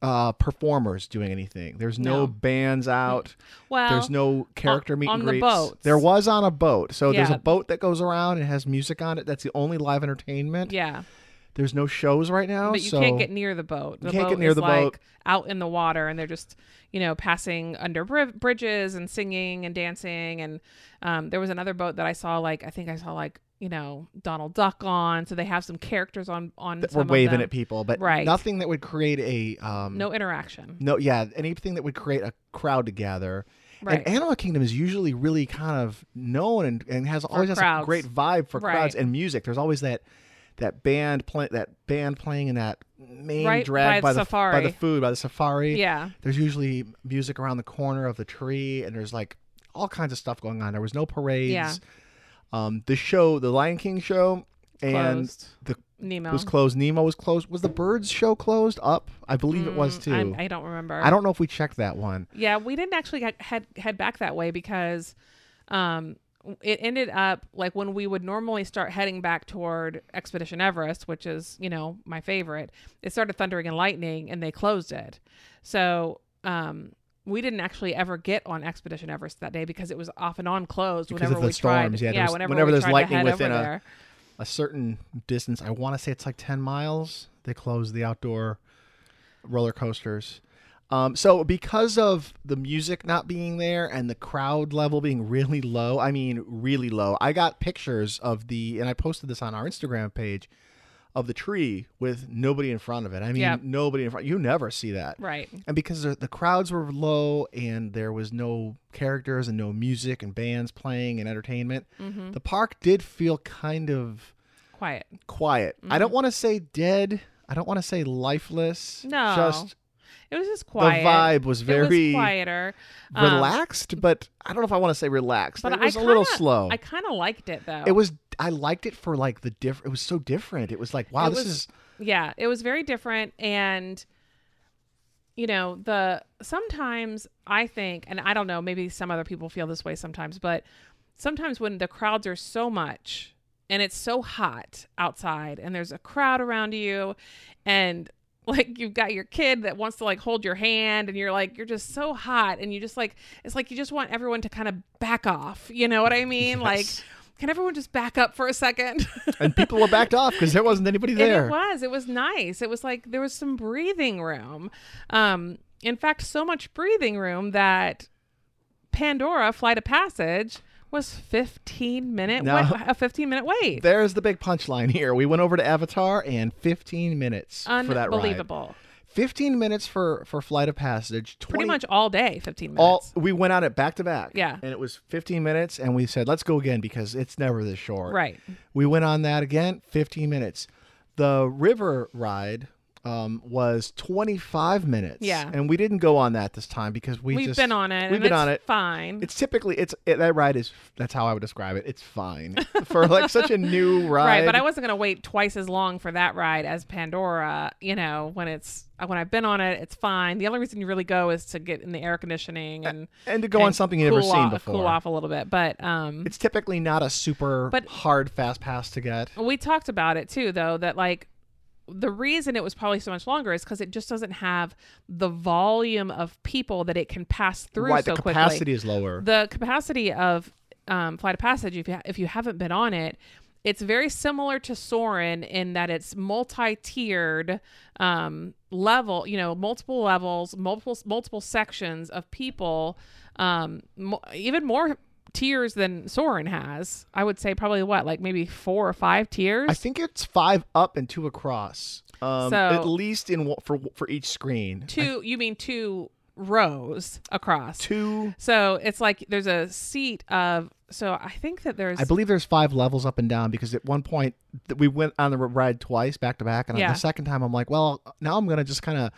A: uh, performers doing anything. There's no,
B: No.
A: bands out.
B: well,
A: There's no character
B: on-
A: meet
B: Oh, on
A: and
B: the
A: greets.
B: boats.
A: There was on a boat. So there's
B: Yeah.
A: a boat that goes around and has music on it. That's the only live entertainment.
B: yeah,
A: There's no shows right now.
B: but you
A: so
B: can't get near the boat. The
A: can't
B: boat
A: get near
B: is
A: the
B: like
A: boat.
B: out in the water, and they're just you know passing under bri- bridges and singing and dancing. And um, there was another boat that I saw like I think I saw like you know Donald Duck on. So they have some characters on on.
A: that
B: some
A: we're
B: of
A: waving
B: them.
A: at people, but
B: Right.
A: nothing that would create a um,
B: No interaction.
A: no yeah anything that would create a crowd to gather.
B: Right.
A: And Animal Kingdom is usually really kind of known and, and has always has a
B: crowds.
A: great vibe for
B: Right.
A: crowds and music. There's always that that band play, that band playing in that main
B: Right by
A: drag
B: the
A: by, the by the
B: safari.
A: food by the safari.
B: yeah.
A: there's usually music around the corner of the tree and there's like all kinds of stuff going on there was no parades
B: Yeah.
A: um the show the lion king show and
B: Closed.
A: the
B: Nemo.
A: was closed. Nemo was closed. Was the Birds show closed up? I believe it was too.
B: Mm, I'm, I don't remember.
A: I don't know if we checked that one.
B: Yeah, we didn't actually get- head head back that way because um, it ended up like when we would normally start heading back toward Expedition Everest, which is you know my favorite. It started thundering and lightning, and they closed it. So um, we didn't actually ever get on Expedition Everest that day because it was off and on closed
A: Because
B: whenever
A: of the
B: we
A: storms,
B: tried.
A: yeah, there was-
B: whenever,
A: whenever
B: we
A: there's
B: tried to
A: lightning
B: head
A: within
B: over
A: a-
B: there.
A: A certain distance. I want to say it's like ten miles. They closed the outdoor roller coasters. Um, so because of the music not being there and the crowd level being really low, I mean really low, I got pictures of the and I posted this on our Instagram page of the tree with nobody in front of it. I mean
B: Yep.
A: nobody in front. You never see that.
B: right.
A: and because the the crowds were low and there was no characters and no music and bands playing and entertainment
B: Mm-hmm.
A: the park did feel kind of
B: Quiet.
A: quiet i
B: Mm.
A: don't want to say dead i don't want to say lifeless
B: No,
A: just
B: It was just quiet.
A: the vibe was
B: It was
A: very
B: quieter. Um,
A: relaxed but i don't know if i want to say relaxed
B: but
A: it
B: I
A: was a little
B: kinda-
A: slow
B: I kind of liked it though.
A: it was i liked it for like the diff it was so different it was like wow
B: It
A: this
B: was-
A: is
B: yeah it was very different and you know the sometimes i think and i don't know maybe some other people feel this way sometimes but sometimes when the crowds are so much and it's so hot outside and there's a crowd around you and like you've got your kid that wants to like hold your hand and you're like you're just so hot and you just like it's like you just want everyone to kind of back off you know what i mean like
A: Yes.
B: can everyone just back up for a second
A: and people were backed off because there wasn't anybody there
B: And it was. It was nice. It was like there was some breathing room. Um, in fact, so much breathing room that Pandora Flight of Passage was 15 minute
A: No.
B: wait, a 15 minute wait.
A: There's the big punchline here. We went over to Avatar and 15 minutes for that ride.
B: Unbelievable.
A: 15 minutes for for Flight of Passage. 20,
B: Pretty much all day, 15 minutes.
A: all we went on it back to back.
B: Yeah.
A: and it was 15 minutes, and we said let's go again because it's never this short.
B: right.
A: We went on that again, 15 minutes. The river ride um, was 25 minutes.
B: Yeah.
A: and we didn't go on that this time because we
B: We've
A: just,
B: been on it.
A: We've
B: and
A: been
B: it's
A: on it.
B: Fine.
A: It's typically it's it, that ride is that's how I would describe it. It's fine for like such a new ride.
B: Right, but I wasn't gonna wait twice as long for that ride as Pandora. You know, when it's when I've been on it, it's fine. The only reason you really go is to get in the air conditioning and
A: and to go on
B: and
A: something you've never
B: cool
A: seen
B: off-
A: before.
B: Cool off a little bit, but um,
A: It's typically not a super
B: But-
A: hard fast pass to get.
B: we talked about it too, though that like the reason it was probably so much longer is because it just doesn't have the volume of people that it can pass through
A: right,
B: so
A: the
B: quickly.
A: capacity is lower.
B: The capacity of um, Flight of Passage, if you ha- if you haven't been on it. It's very similar to Soren in that it's multi-tiered um, level, you know, multiple levels, multiple multiple sections of people, um, mo- even more tiers than Soren has. I would say probably what, like maybe four or five tiers.
A: I think it's five up and two across. Um,
B: So-
A: at least in wa- for for each screen.
B: two, you mean two rows across.
A: Two.
B: So it's like there's a seat of. So I think that there's.
A: I believe there's five levels up and down because at one point th- we went on the r- ride twice back to back, and on
B: Yeah.
A: the second time I'm like, well, now I'm gonna just kind of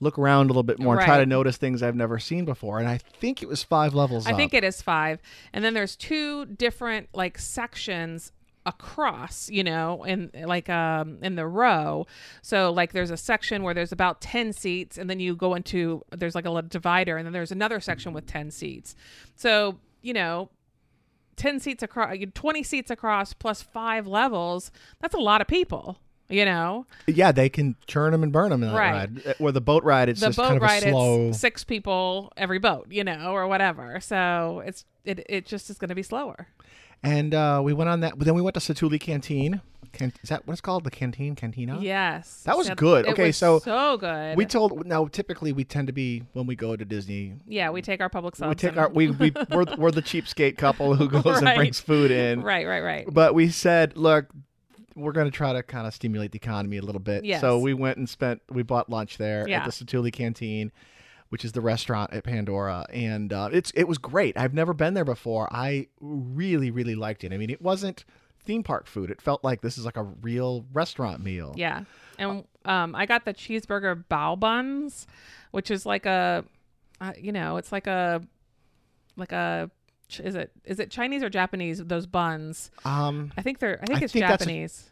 A: look around a little bit more, and try
B: Right.
A: to notice things I've never seen before, and I think it was five levels.
B: I
A: up.
B: think it is five. And then there's two different like sections across, you know, in like um in the row. So like there's a section where there's about 10 seats and then you go into there's like a little divider and then there's another section with 10 seats. So, you know, 10 seats across 20 seats across plus 5 levels. That's a lot of people, you know.
A: yeah, they can churn them and burn them in that
B: Right.
A: ride. Uh, Where the boat ride, it's
B: the
A: just
B: boat
A: kind of
B: ride
A: a slow.
B: it's six people every boat, you know, or whatever. So it's it it just is going to be slower.
A: And uh, we went on that. But then we went to Satuli Canteen. Can- is that what it's called? The canteen, cantina.
B: Yes.
A: That was
B: Yep.
A: good.
B: It
A: Okay,
B: was
A: so
B: so good.
A: We told now. Typically, we tend to be when we go to Disney.
B: yeah, we take our public subs.
A: We take
B: and-
A: our we we we're, we're the cheapskate couple who goes and
B: Right.
A: brings food in.
B: Right, right, right.
A: But we said, look, we're going to try to kind of stimulate the economy a little bit.
B: Yes.
A: So we went and spent. We bought lunch there
B: Yeah.
A: at the Satuli Canteen, which is the restaurant at Pandora, and uh, it's it was great. I've never been there before. I really really liked it. I mean, it wasn't theme park food. It felt like this is like a real restaurant meal.
B: Yeah. And
A: Uh,
B: um I got the cheeseburger bao buns, which is like a uh, you know, it's like a like a ch- is it is it Chinese or Japanese those buns?
A: Um,
B: I think they're I think
A: I
B: it's
A: think that's a-
B: Japanese.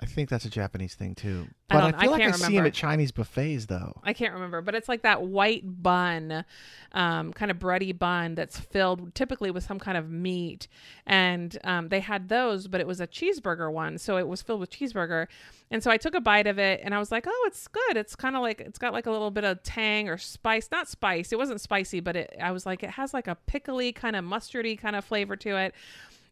A: I think that's a Japanese thing too.
B: I
A: But I,
B: don't- I
A: feel like I
B: can't
A: see them
B: remember.
A: at Chinese buffets though.
B: I can't remember, but it's like that white bun, um, kind of bready bun that's filled typically with some kind of meat. And um, they had those, but it was a cheeseburger one. So it was filled with cheeseburger. And so I took a bite of it and I was like, oh, it's good. It's kind of like, it's got like a little bit of tang or spice. Not spice. It wasn't spicy, but it, I was like, it has like a pickly, kind of mustardy kind of flavor to it.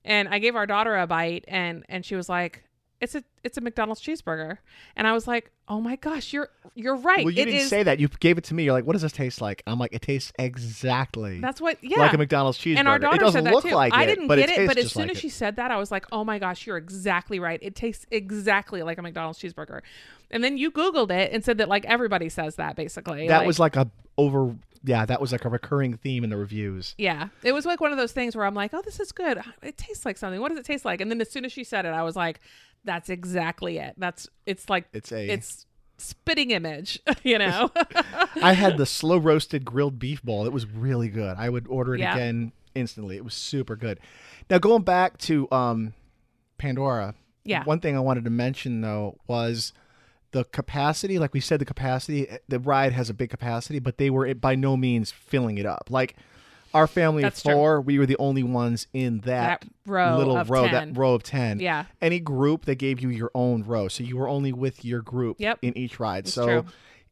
B: And I gave our daughter a bite and, and she was like, it's a it's a McDonald's cheeseburger, and I was like, "Oh my gosh, you're you're right."
A: Well, you
B: It
A: didn't
B: is-
A: say that. You gave it to me. You're like, "What does this taste like?" I'm like, "It tastes exactly
B: That's what, yeah.
A: like a McDonald's cheeseburger."
B: and our
A: it
B: daughter
A: doesn't
B: said that
A: look
B: too.
A: like
B: I
A: it,
B: didn't
A: but
B: get
A: it,
B: it,
A: tastes
B: but as
A: just
B: soon
A: like
B: as
A: it.
B: she said that, I was like, "Oh my gosh, you're exactly right. It tastes exactly like a McDonald's cheeseburger." And then you Googled it and said that like everybody says that basically.
A: that
B: like-
A: was like a over. Yeah, that was like a recurring theme in the reviews.
B: yeah. It was like one of those things where I'm like, "Oh, this is good. It tastes like something. What does it taste like?" And then as soon as she said it, I was like, "That's exactly it. That's it's like
A: It's a.
B: it's spitting image, you know."
A: I had the slow roasted grilled beef ball. It was really good. I would order it
B: Yeah.
A: again instantly. It was super good. Now going back to um, Pandora.
B: Yeah.
A: One thing I wanted to mention though was the capacity. Like we said, the capacity. The ride has a big capacity, but they were by no means filling it up. Like our family
B: That's
A: of
B: true.
A: four, we were the only ones in that,
B: That row
A: little
B: of
A: row,
B: 10.
A: that row of ten.
B: Yeah.
A: Any group, they gave you your own row, so you were only with your group
B: Yep.
A: in each ride.
B: That's
A: so
B: true.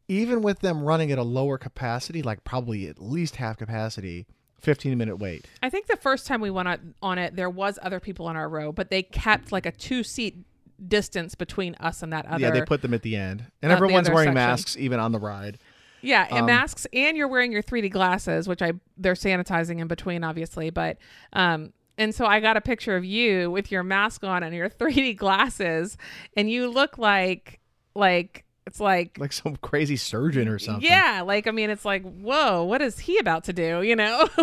A: even with them running at a lower capacity, like probably at least half capacity, 15 minute wait.
B: I think the first time we went on, on it, there was other people on our row, but they kept like a two seat distance between us and that other.
A: yeah, they put them at the end. And
B: Uh, the
A: everyone's
B: other
A: wearing
B: section.
A: masks even on the ride.
B: Yeah,
A: um,
B: and masks, and you're wearing your 3D glasses, which I they're sanitizing in between, obviously. But um, and so I got a picture of you with your mask on and your 3D glasses, and you look like like it's like.
A: Like some crazy surgeon or something.
B: Yeah, like I mean, it's like, whoa, what is he about to do? You know,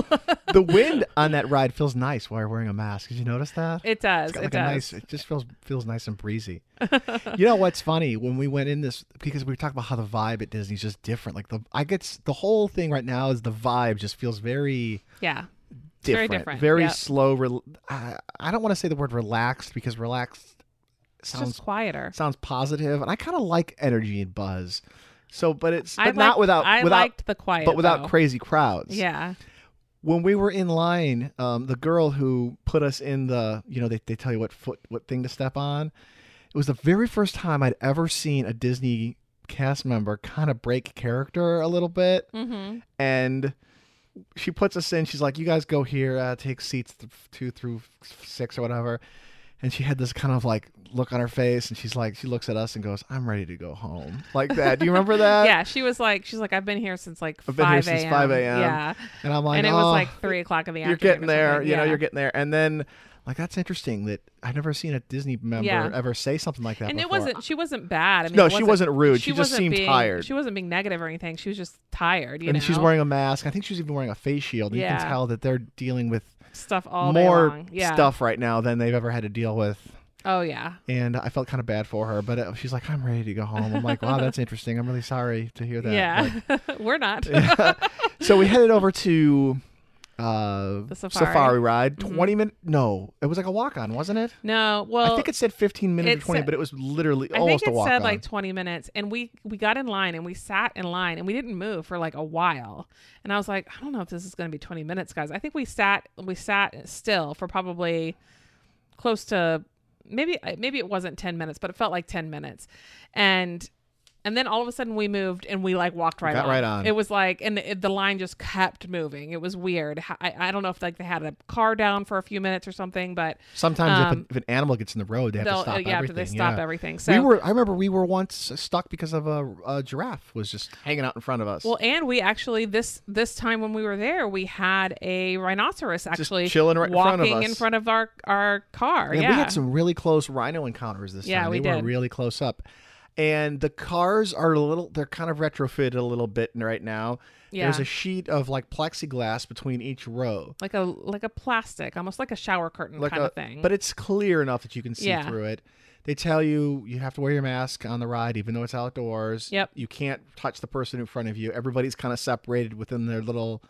A: The wind on that ride feels nice while you're wearing a mask. Did you notice that?
B: it does.
A: It's got
B: it
A: like
B: does.
A: a nice. It just feels feels nice and breezy. you know what's funny when we went in this because we were talking about how the vibe at Disney's just different. Like the I get the whole thing right now is the vibe just feels very
B: yeah, It's very
A: different,
B: different,
A: very
B: yep.
A: slow. Rel- I, I don't want to say the word relaxed because relaxed
B: it's
A: sounds
B: just quieter.
A: sounds positive, and I kind of like energy and buzz. So, but it's but
B: I
A: not
B: liked-
A: without
B: I
A: without
B: liked the quiet,
A: but without
B: though.
A: crazy crowds.
B: Yeah.
A: When we were in line, um, the girl who put us in the you know they they tell you what foot what thing to step on. It was the very first time I'd ever seen a Disney cast member kind of break character a little bit
B: Mm-hmm.
A: and she puts us in. She's like, "You guys go here, uh, take seats th- two through f- six or whatever." And she had this kind of like look on her face, and she's like, she looks at us and goes, "I'm ready to go home," like that. Do you remember that?
B: yeah, she was like, she's like, I've been here since like
A: Uh, I've been here
B: five
A: since
B: a.m.
A: 5 a.m.
B: Yeah,
A: And I'm like,
B: and it was
A: "Oh,
B: like three o'clock in the
A: you're
B: afternoon.
A: getting
B: or
A: there,
B: something.
A: you know,
B: Yeah.
A: you're getting there." And then, like, that's interesting that I've never seen a Disney member
B: Yeah.
A: ever say something like that.
B: And it
A: before.
B: wasn't. She wasn't bad. I mean,
A: No,
B: it
A: she wasn't rude. She just
B: wasn't
A: seemed
B: being-
A: tired.
B: She wasn't being negative or anything. She was just tired. You
A: and
B: know,
A: she's wearing a mask. I think she's even wearing a face shield. You
B: Yeah.
A: can tell that they're dealing with
B: stuff all
A: more
B: day long. Yeah.
A: stuff right now than they've ever had to deal with
B: Oh yeah.
A: and I felt kind of bad for her. But uh she's like, "I'm ready to go home." I'm like, "Wow, that's interesting. I'm really sorry to hear that."
B: yeah. We're not.
A: But- so we headed over to uh,
B: The safari. Mm-hmm.
A: ride. 20 minute? No, it was like a walk on, wasn't it?
B: no. Well,
A: I think it said 15 minutes
B: it
A: or 20,
B: said-
A: but it was literally
B: I
A: almost
B: think it
A: a walk
B: said
A: on.
B: like 20 minutes and we we got in line and we sat in line and we didn't move for like a while. And I was like, I don't know if this is going to be 20 minutes, guys. I think we sat we sat still for probably close to maybe maybe it wasn't 10 minutes, but it felt like 10 minutes. And and then all of a sudden we moved and we like walked right
A: got
B: on.
A: right on.
B: It was like and it, the line just kept moving. It was weird. Ho- I, I don't know if like they had a car down for a few minutes or something, but
A: Sometimes if,
B: um,
A: an, if an animal gets in the road, they have to
B: they'll- uh,
A: stop
B: yeah, after
A: everything.
B: they stop
A: yeah.
B: everything. So
A: we were. I remember we were once stuck because of a, a giraffe was just hanging out in front of us.
B: Well, and we actually this this time when we were there, we had a rhinoceros actually
A: chilling right in
B: walking
A: front of us.
B: in front of our our car.
A: And
B: yeah,
A: we had some really close rhino encounters this
B: Yeah,
A: time.
B: we
A: they were
B: did.
A: really close up. And the cars are a little they're kind of retrofitted a little bit right now. There's
B: Yeah.
A: a sheet of like plexiglass between each row.
B: like a like a plastic, almost like a shower curtain
A: Like
B: kind
A: a,
B: of thing.
A: But it's clear enough that you can see
B: Yeah.
A: through it. They tell you you have to wear your mask on the ride even though it's outdoors.
B: Yep.
A: You can't touch the person in front of you. Everybody's kind of separated within their little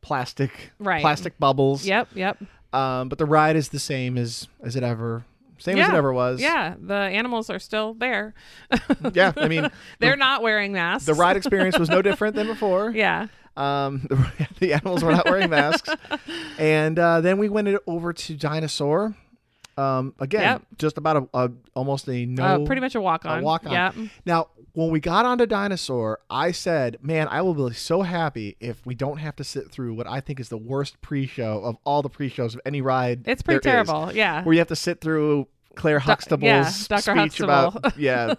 A: plastic
B: Right.
A: plastic bubbles.
B: yep, yep.
A: Um, but the ride is the same as as it ever Same
B: yeah.
A: as it ever was.
B: Yeah, the animals are still there.
A: Yeah. I mean,
B: They're not wearing masks.
A: the ride experience was no different than before.
B: Yeah.
A: Um, the, the animals were not wearing masks. and uh, then we went it over to Dinosaur. Um, again,
B: Yep.
A: just about a, a almost a no.
B: uh, pretty much a walk on.
A: a walk on.
B: Yep.
A: Now, when we got onto Dinosaur, I said, "Man, I will be so happy if we don't have to sit through what I think is the worst pre-show of all the pre-shows of any ride."
B: It's pretty
A: there is,
B: terrible. Yeah.
A: where you have to sit through Claire Huxtable's
B: yeah, Dr.
A: speech
B: Huxtable.
A: about yeah.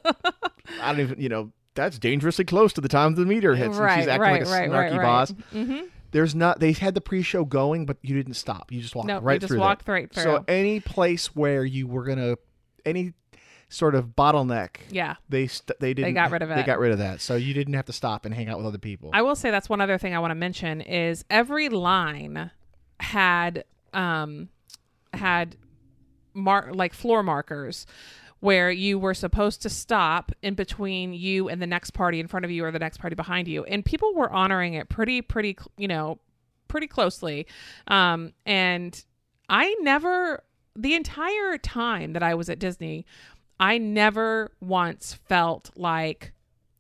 A: I don't even, you know, that's dangerously close to the time the meter hits, and she's
B: Right,
A: acting
B: right,
A: like a
B: right,
A: snarky
B: right, right.
A: boss.
B: Mm-hmm.
A: There's not. They had the pre-show going, but you didn't stop. You just walked
B: No,
A: right
B: you just
A: through. that.
B: walked right through.
A: So any place where you were gonna, any sort of bottleneck,
B: yeah.
A: they st- they didn't
B: got rid of
A: They
B: it.
A: got rid of that, so you didn't have to stop and hang out with other people.
B: I will say that's one other thing I want to mention is every line had um had mark like floor markers where you were supposed to stop in between you and the next party in front of you or the next party behind you and people were honoring it pretty pretty cl- you know pretty closely um and I never the entire time that I was at Disney I never once felt like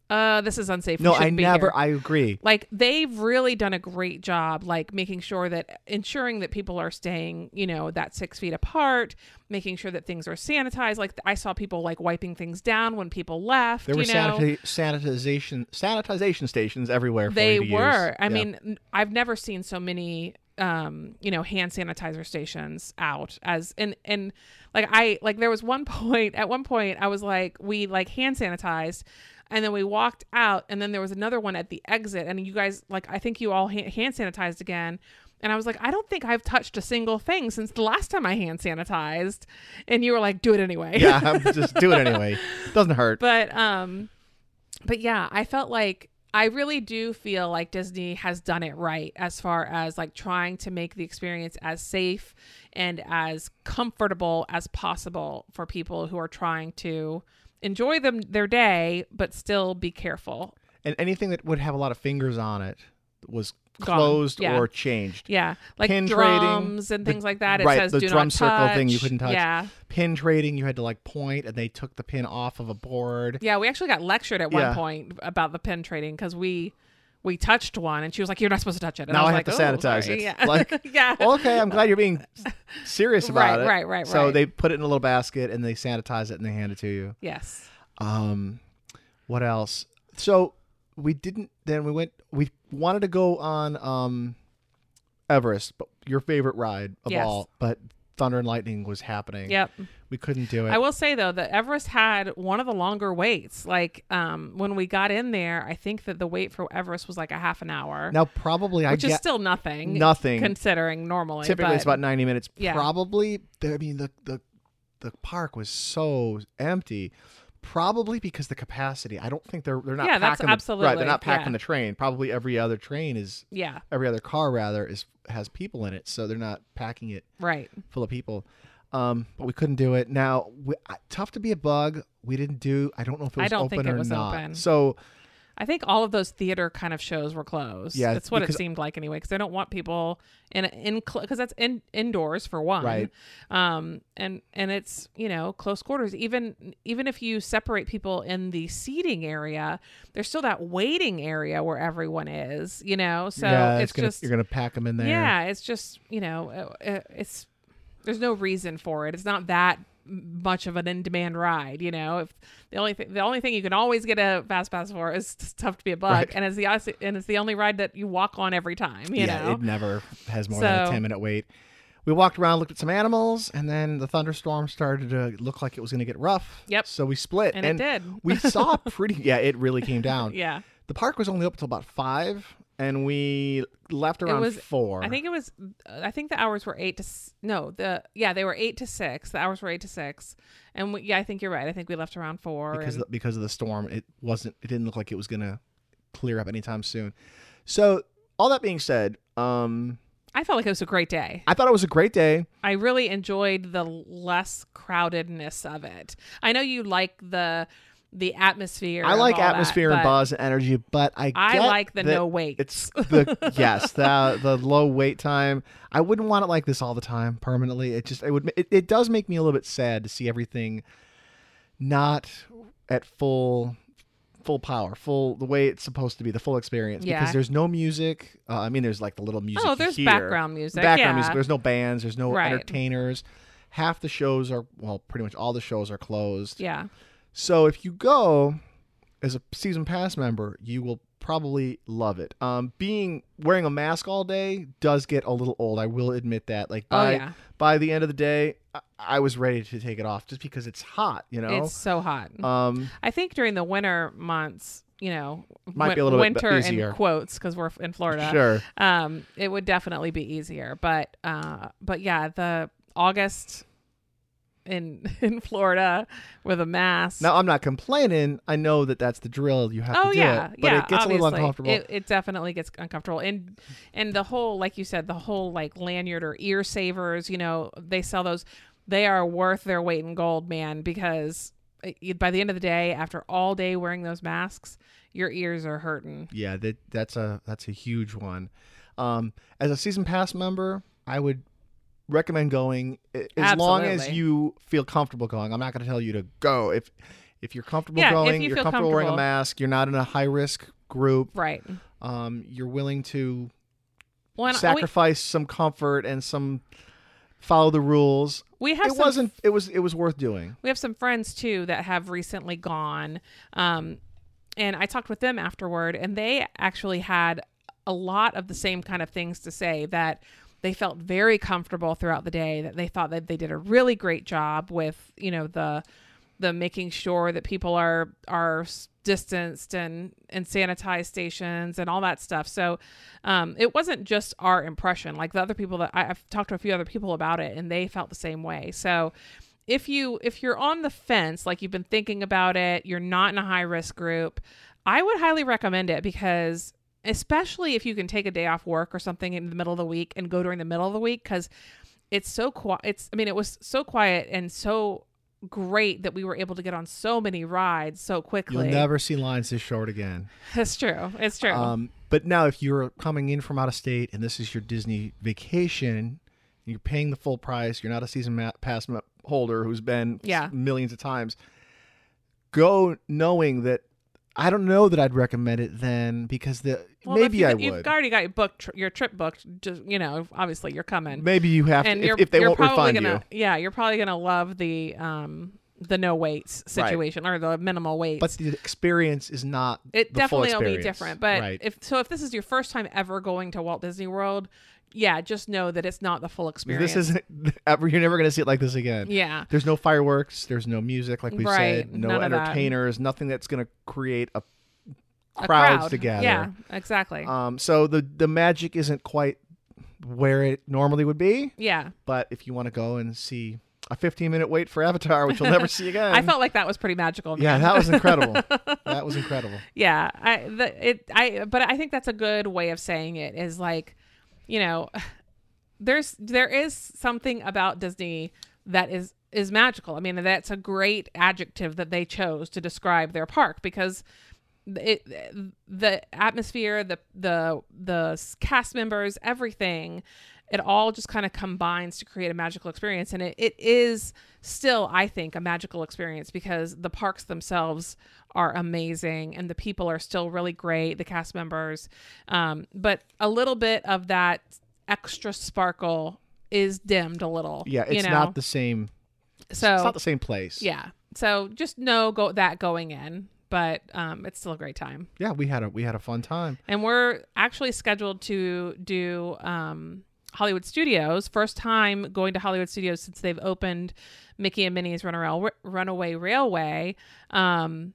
B: uh this is unsafe We
A: no,
B: shouldn't
A: I
B: be
A: never.
B: here
A: I agree.
B: like they've really done a great job like making sure that ensuring that people are staying you know that six feet apart making sure that things are sanitized like i saw people like wiping things down when people left
A: There were
B: you know
A: sanita- sanitization sanitization stations everywhere. For
B: they
A: you to
B: were
A: use.
B: i
A: Yeah.
B: mean n- i've never seen so many um you know hand sanitizer stations out as and and like i like there was one point at one point i was like we like hand sanitized and then we walked out and then there was another one at the exit and you guys like i think you all ha- hand sanitized again and i was like i don't think i've touched a single thing since the last time i hand sanitized and you were like do it anyway
A: yeah, I'm just do it anyway. Doesn't hurt.
B: but um but yeah i felt like i really do feel like disney has done it right as far as like trying to make the experience as safe and as comfortable as possible for people who are trying to enjoy them their day but still be careful
A: and anything that would have a lot of fingers on it was
B: Gone.
A: closed
B: Yeah.
A: or changed.
B: yeah like
A: Pin trading,
B: drums and
A: the-
B: things like that it
A: right,
B: says
A: the
B: do
A: drum
B: not
A: circle
B: touch.
A: thing you couldn't touch.
B: yeah
A: Pin trading, you had to like point, and they took the pin off of a board.
B: yeah we actually got lectured at one
A: Yeah.
B: point about the pin trading because we we touched one and she was like you're not supposed to touch it and
A: now I
B: was
A: have
B: like,
A: to
B: "Oh,
A: sanitize
B: sorry."
A: it.
B: yeah
A: Like,
B: yeah
A: okay, I'm glad you're being s- serious about
B: Right,
A: it.
B: right, right,
A: So
B: right.
A: they put it in a little basket and they sanitize it and they hand it to you.
B: Yes.
A: Um, what else? So we didn't. Then we went. We wanted to go on um, Everest, but your favorite ride of
B: Yes.
A: all. But Thunder and Lightning was happening.
B: Yep.
A: we couldn't do it.
B: I will say though that Everest had one of the longer waits. Like um, when we got in there, I think that the wait for Everest was like a half an hour,
A: now probably I
B: which is
A: get
B: still nothing.
A: nothing.
B: considering normally.
A: Typically
B: but
A: it's about ninety minutes.
B: Yeah.
A: Probably. the- I mean the the the park was so empty. Probably because the capacity. I don't think they're they're not
B: Yeah, that's
A: packing the- right.
B: absolutely-
A: They're not packing
B: yeah.
A: the train. Probably every other train is
B: yeah,
A: every other car rather is has people in it, so they're not packing it
B: right.
A: full of people. Um, but we couldn't do it. Now, we, uh, tough to be a bug. We didn't do. I don't know if it
B: I
A: was
B: don't
A: open
B: think it
A: or
B: was
A: not.
B: open.
A: So
B: I think all of those theater kind of shows were closed.
A: Yeah,
B: that's what it
A: because-
B: seemed like anyway, because they don't want people in in because that's in indoors for one,
A: Right.
B: Um, and and it's you know close quarters. Even even if you separate people in the seating area, there's still that waiting area where everyone is. You know, so
A: yeah,
B: it's
A: gonna,
B: just
A: you're gonna pack them in there.
B: yeah, it's just you know uh, uh, it's there's no reason for it. It's not that m- much of an in-demand ride, you know. If the only thing the only thing you can always get a fast pass for is tough to be a bug,
A: Right.
B: and it's the os- and it's the only ride that you walk on every time, you
A: yeah,
B: know.
A: it never has more than a
B: So-
A: ten minute wait. We walked around, looked at some animals, and then the thunderstorm started to look like it was gonna get rough.
B: Yep.
A: So we split,
B: And it did.
A: we saw pretty. Yeah, it really came down.
B: yeah,
A: The park was only up till about five, and we left around
B: was-
A: four.
B: I think it was. uh, I think the hours were eight to s- no the yeah they were eight to six. The hours were eight to six, and we, yeah, I think you're right. I think we left around four.
A: because
B: and-
A: the, because of the storm it wasn't it didn't look like it was gonna clear up anytime soon so all that being said um
B: I felt like it was a great day.
A: i thought it was a great day
B: I really enjoyed the less crowdedness of it. I know you like the the atmosphere.
A: I
B: of
A: like
B: all that,
A: atmosphere and
B: but
A: buzz and energy, but I
B: I
A: get
B: like the
A: that
B: no weights.
A: It's the yes, the the low wait time. I wouldn't want it like this all the time permanently. It just it would it, it does make me a little bit sad to see everything not at full full power, full the way it's supposed to be, the full experience.
B: Yeah.
A: Because there's no music. Uh, I mean, there's like the little music.
B: Oh, there's
A: here.
B: background music.
A: Background
B: yeah.
A: music. There's no bands. There's no
B: Right.
A: entertainers. Half the shows are well, pretty much all the shows are closed.
B: Yeah.
A: So if you go as a season pass member, you will probably love it. Um, being wearing a mask all day does get a little old. I will admit that. Like
B: Oh
A: by
B: yeah.
A: by the end of the day, I, I was ready to take it off just because it's hot. You know.
B: It's so hot.
A: um,
B: I think during the winter months, you know,
A: Might
B: win-
A: be a little bit
B: winter
A: easier.
B: in quotes because we're in Florida.
A: sure.
B: um it would definitely be easier but uh but yeah the august in in florida with a mask
A: Now I'm not complaining. I know that that's the drill. You have
B: oh
A: to do
B: yeah
A: it, but
B: yeah
A: it gets
B: obviously.
A: a little uncomfortable.
B: it, it definitely gets uncomfortable and and the whole like you said the whole like lanyard or ear savers you know they sell those they are worth their weight in gold man because uh, by the end of the day after all day wearing those masks your ears are hurting
A: yeah, that that's a that's a huge one. Um, as a season pass member, I would recommend going a- as long as
B: Absolutely.
A: you feel comfortable going. I'm not going to tell you to go if if you're comfortable
B: Yeah, if
A: going,
B: you
A: are
B: feel
A: comfortable, wearing a
B: comfortable.
A: mask, you're not in a high risk group.
B: right
A: Um, you're willing to
B: well, and we,
A: sacrifice some comfort and some follow the rules.
B: we have
A: It
B: some
A: wasn't. It was. It was worth doing.
B: We have some friends too that have recently gone. Um, and I talked with them afterward, and they actually had a lot of the same kind of things to say that they felt very comfortable throughout the day, that they thought that they did a really great job with, you know, the the making sure that people are are s- distanced and and sanitized stations and all that stuff. So um, it wasn't just our impression. Like the other people that I, I've talked to a few other people about it, and they felt the same way. So if you if you're on the fence, like you've been thinking about it, you're not in a high risk group, I would highly recommend it because especially if you can take a day off work or something in the middle of the week and go during the middle of the week because it's so quiet. It's I mean it was so quiet and so great that we were able to get on so many rides so
A: You'll
B: quickly.
A: never see lines this short again.
B: it's true. It's true.
A: Um, but now, if you're coming in from out of state and this is your Disney vacation, and you're paying the full price. You're not a season ma- pass ma- holder who's been s-
B: Yeah.
A: millions of times. Go knowing that I don't know that I'd recommend it then because the
B: Well, if
A: maybe
B: you,
A: I
B: You've
A: would.
B: already got your book, tr- your trip booked. Just you know, obviously you're coming.
A: maybe you have
B: and
A: to
B: you're
A: if, if they
B: you're
A: won't
B: probably
A: refund you.
B: gonna, Yeah, you're probably gonna love the um the no weights
A: Right.
B: situation or the minimal weights.
A: But the experience is not
B: it
A: the full
B: definitely will be
A: experience.
B: different. But
A: right.
B: if so, if this is your first time ever going to Walt Disney World, yeah, just know that it's not the full experience.
A: this isn't ever. You're never going to see it like this again.
B: yeah.
A: There's no fireworks. There's no music, like we
B: Right,
A: said. No
B: none of that.
A: entertainers. Nothing that's going to create a
B: a
A: crowds together.
B: Yeah, exactly.
A: Um, so the the magic isn't quite where it normally would be.
B: yeah.
A: But if you want to go and see a 15 minute wait for Avatar, which you'll never see again.
B: I felt like that was pretty magical.
A: Yeah,
B: man.
A: that was incredible. that was incredible.
B: yeah i the it i but i think that's a good way of saying it is like you know there's there is something about disney that is is magical i mean that's a great adjective that they chose to describe their park because it the atmosphere the the the s- cast members everything it all just kind of combines to create a magical experience and it, it is still i think a magical experience because the parks themselves are amazing and the people are still really great the cast members um, but a little bit of that extra sparkle is dimmed a little
A: Yeah,
B: you
A: it's
B: know?
A: not the same.
B: so
A: It's not the same place.
B: yeah so just know go that going in but um, it's still a great time
A: Yeah, we had a we had a fun time.
B: and we're actually scheduled to do um, Hollywood Studios. First time going to Hollywood Studios since they've opened Mickey and Minnie's Runaway, Runaway Railway. Um,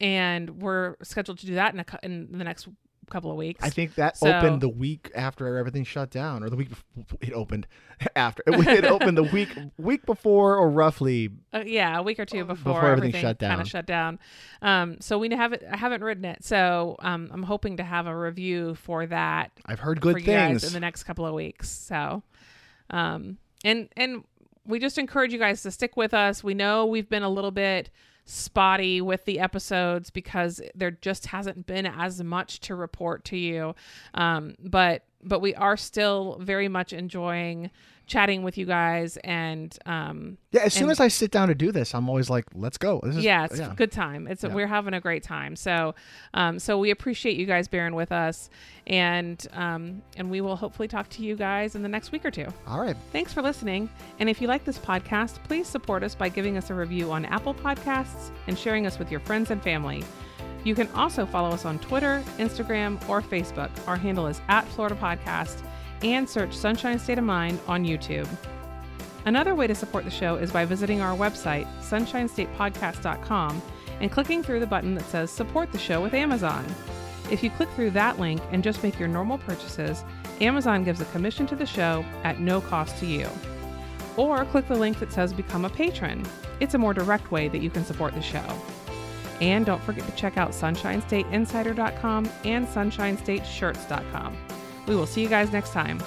B: and we're scheduled to do that in, a, cou- in the next couple of weeks.
A: I think that
B: So-
A: opened the week after everything shut down, or the week before, it opened after it, it opened the week week before, or roughly.
B: uh, yeah, a week or two before,
A: Before everything shut
B: Kind
A: down.
B: of shut down. Um, so we haven't I haven't ridden it. So um, I'm hoping to have a review for that
A: I've heard good
B: for you guys in
A: things.
B: the next couple of weeks. So, um, and and we just encourage you guys to stick with us. We know we've been a little bit spotty with the episodes because there just hasn't been as much to report to you. Um, but but we are still very much enjoying chatting with you guys and um,
A: Yeah, as soon
B: And-
A: as I sit down to do this, I'm always like, let's go. This is
B: yeah, it's a good time. It's
A: Yeah.
B: we're having a great time. So, um, so we appreciate you guys bearing with us, and um, and we will hopefully talk to you guys in the next week or two.
A: All right.
B: Thanks for listening, and if you like this podcast, please support us by giving us a review on Apple Podcasts and sharing us with your friends and family. You can also follow us on Twitter, Instagram, or Facebook. Our handle is at Florida Podcast, and search Sunshine State of Mind on YouTube. Another way to support the show is by visiting our website, sunshinestatepodcast.com, and clicking through the button that says Support the Show with Amazon. If you click through that link and just make your normal purchases, Amazon gives a commission to the show at no cost to you. Or click the link that says Become a Patron. It's a more direct way that you can support the show. And don't forget to check out sunshinestateinsider.com and sunshinestateshirts.com. We will see you guys next time.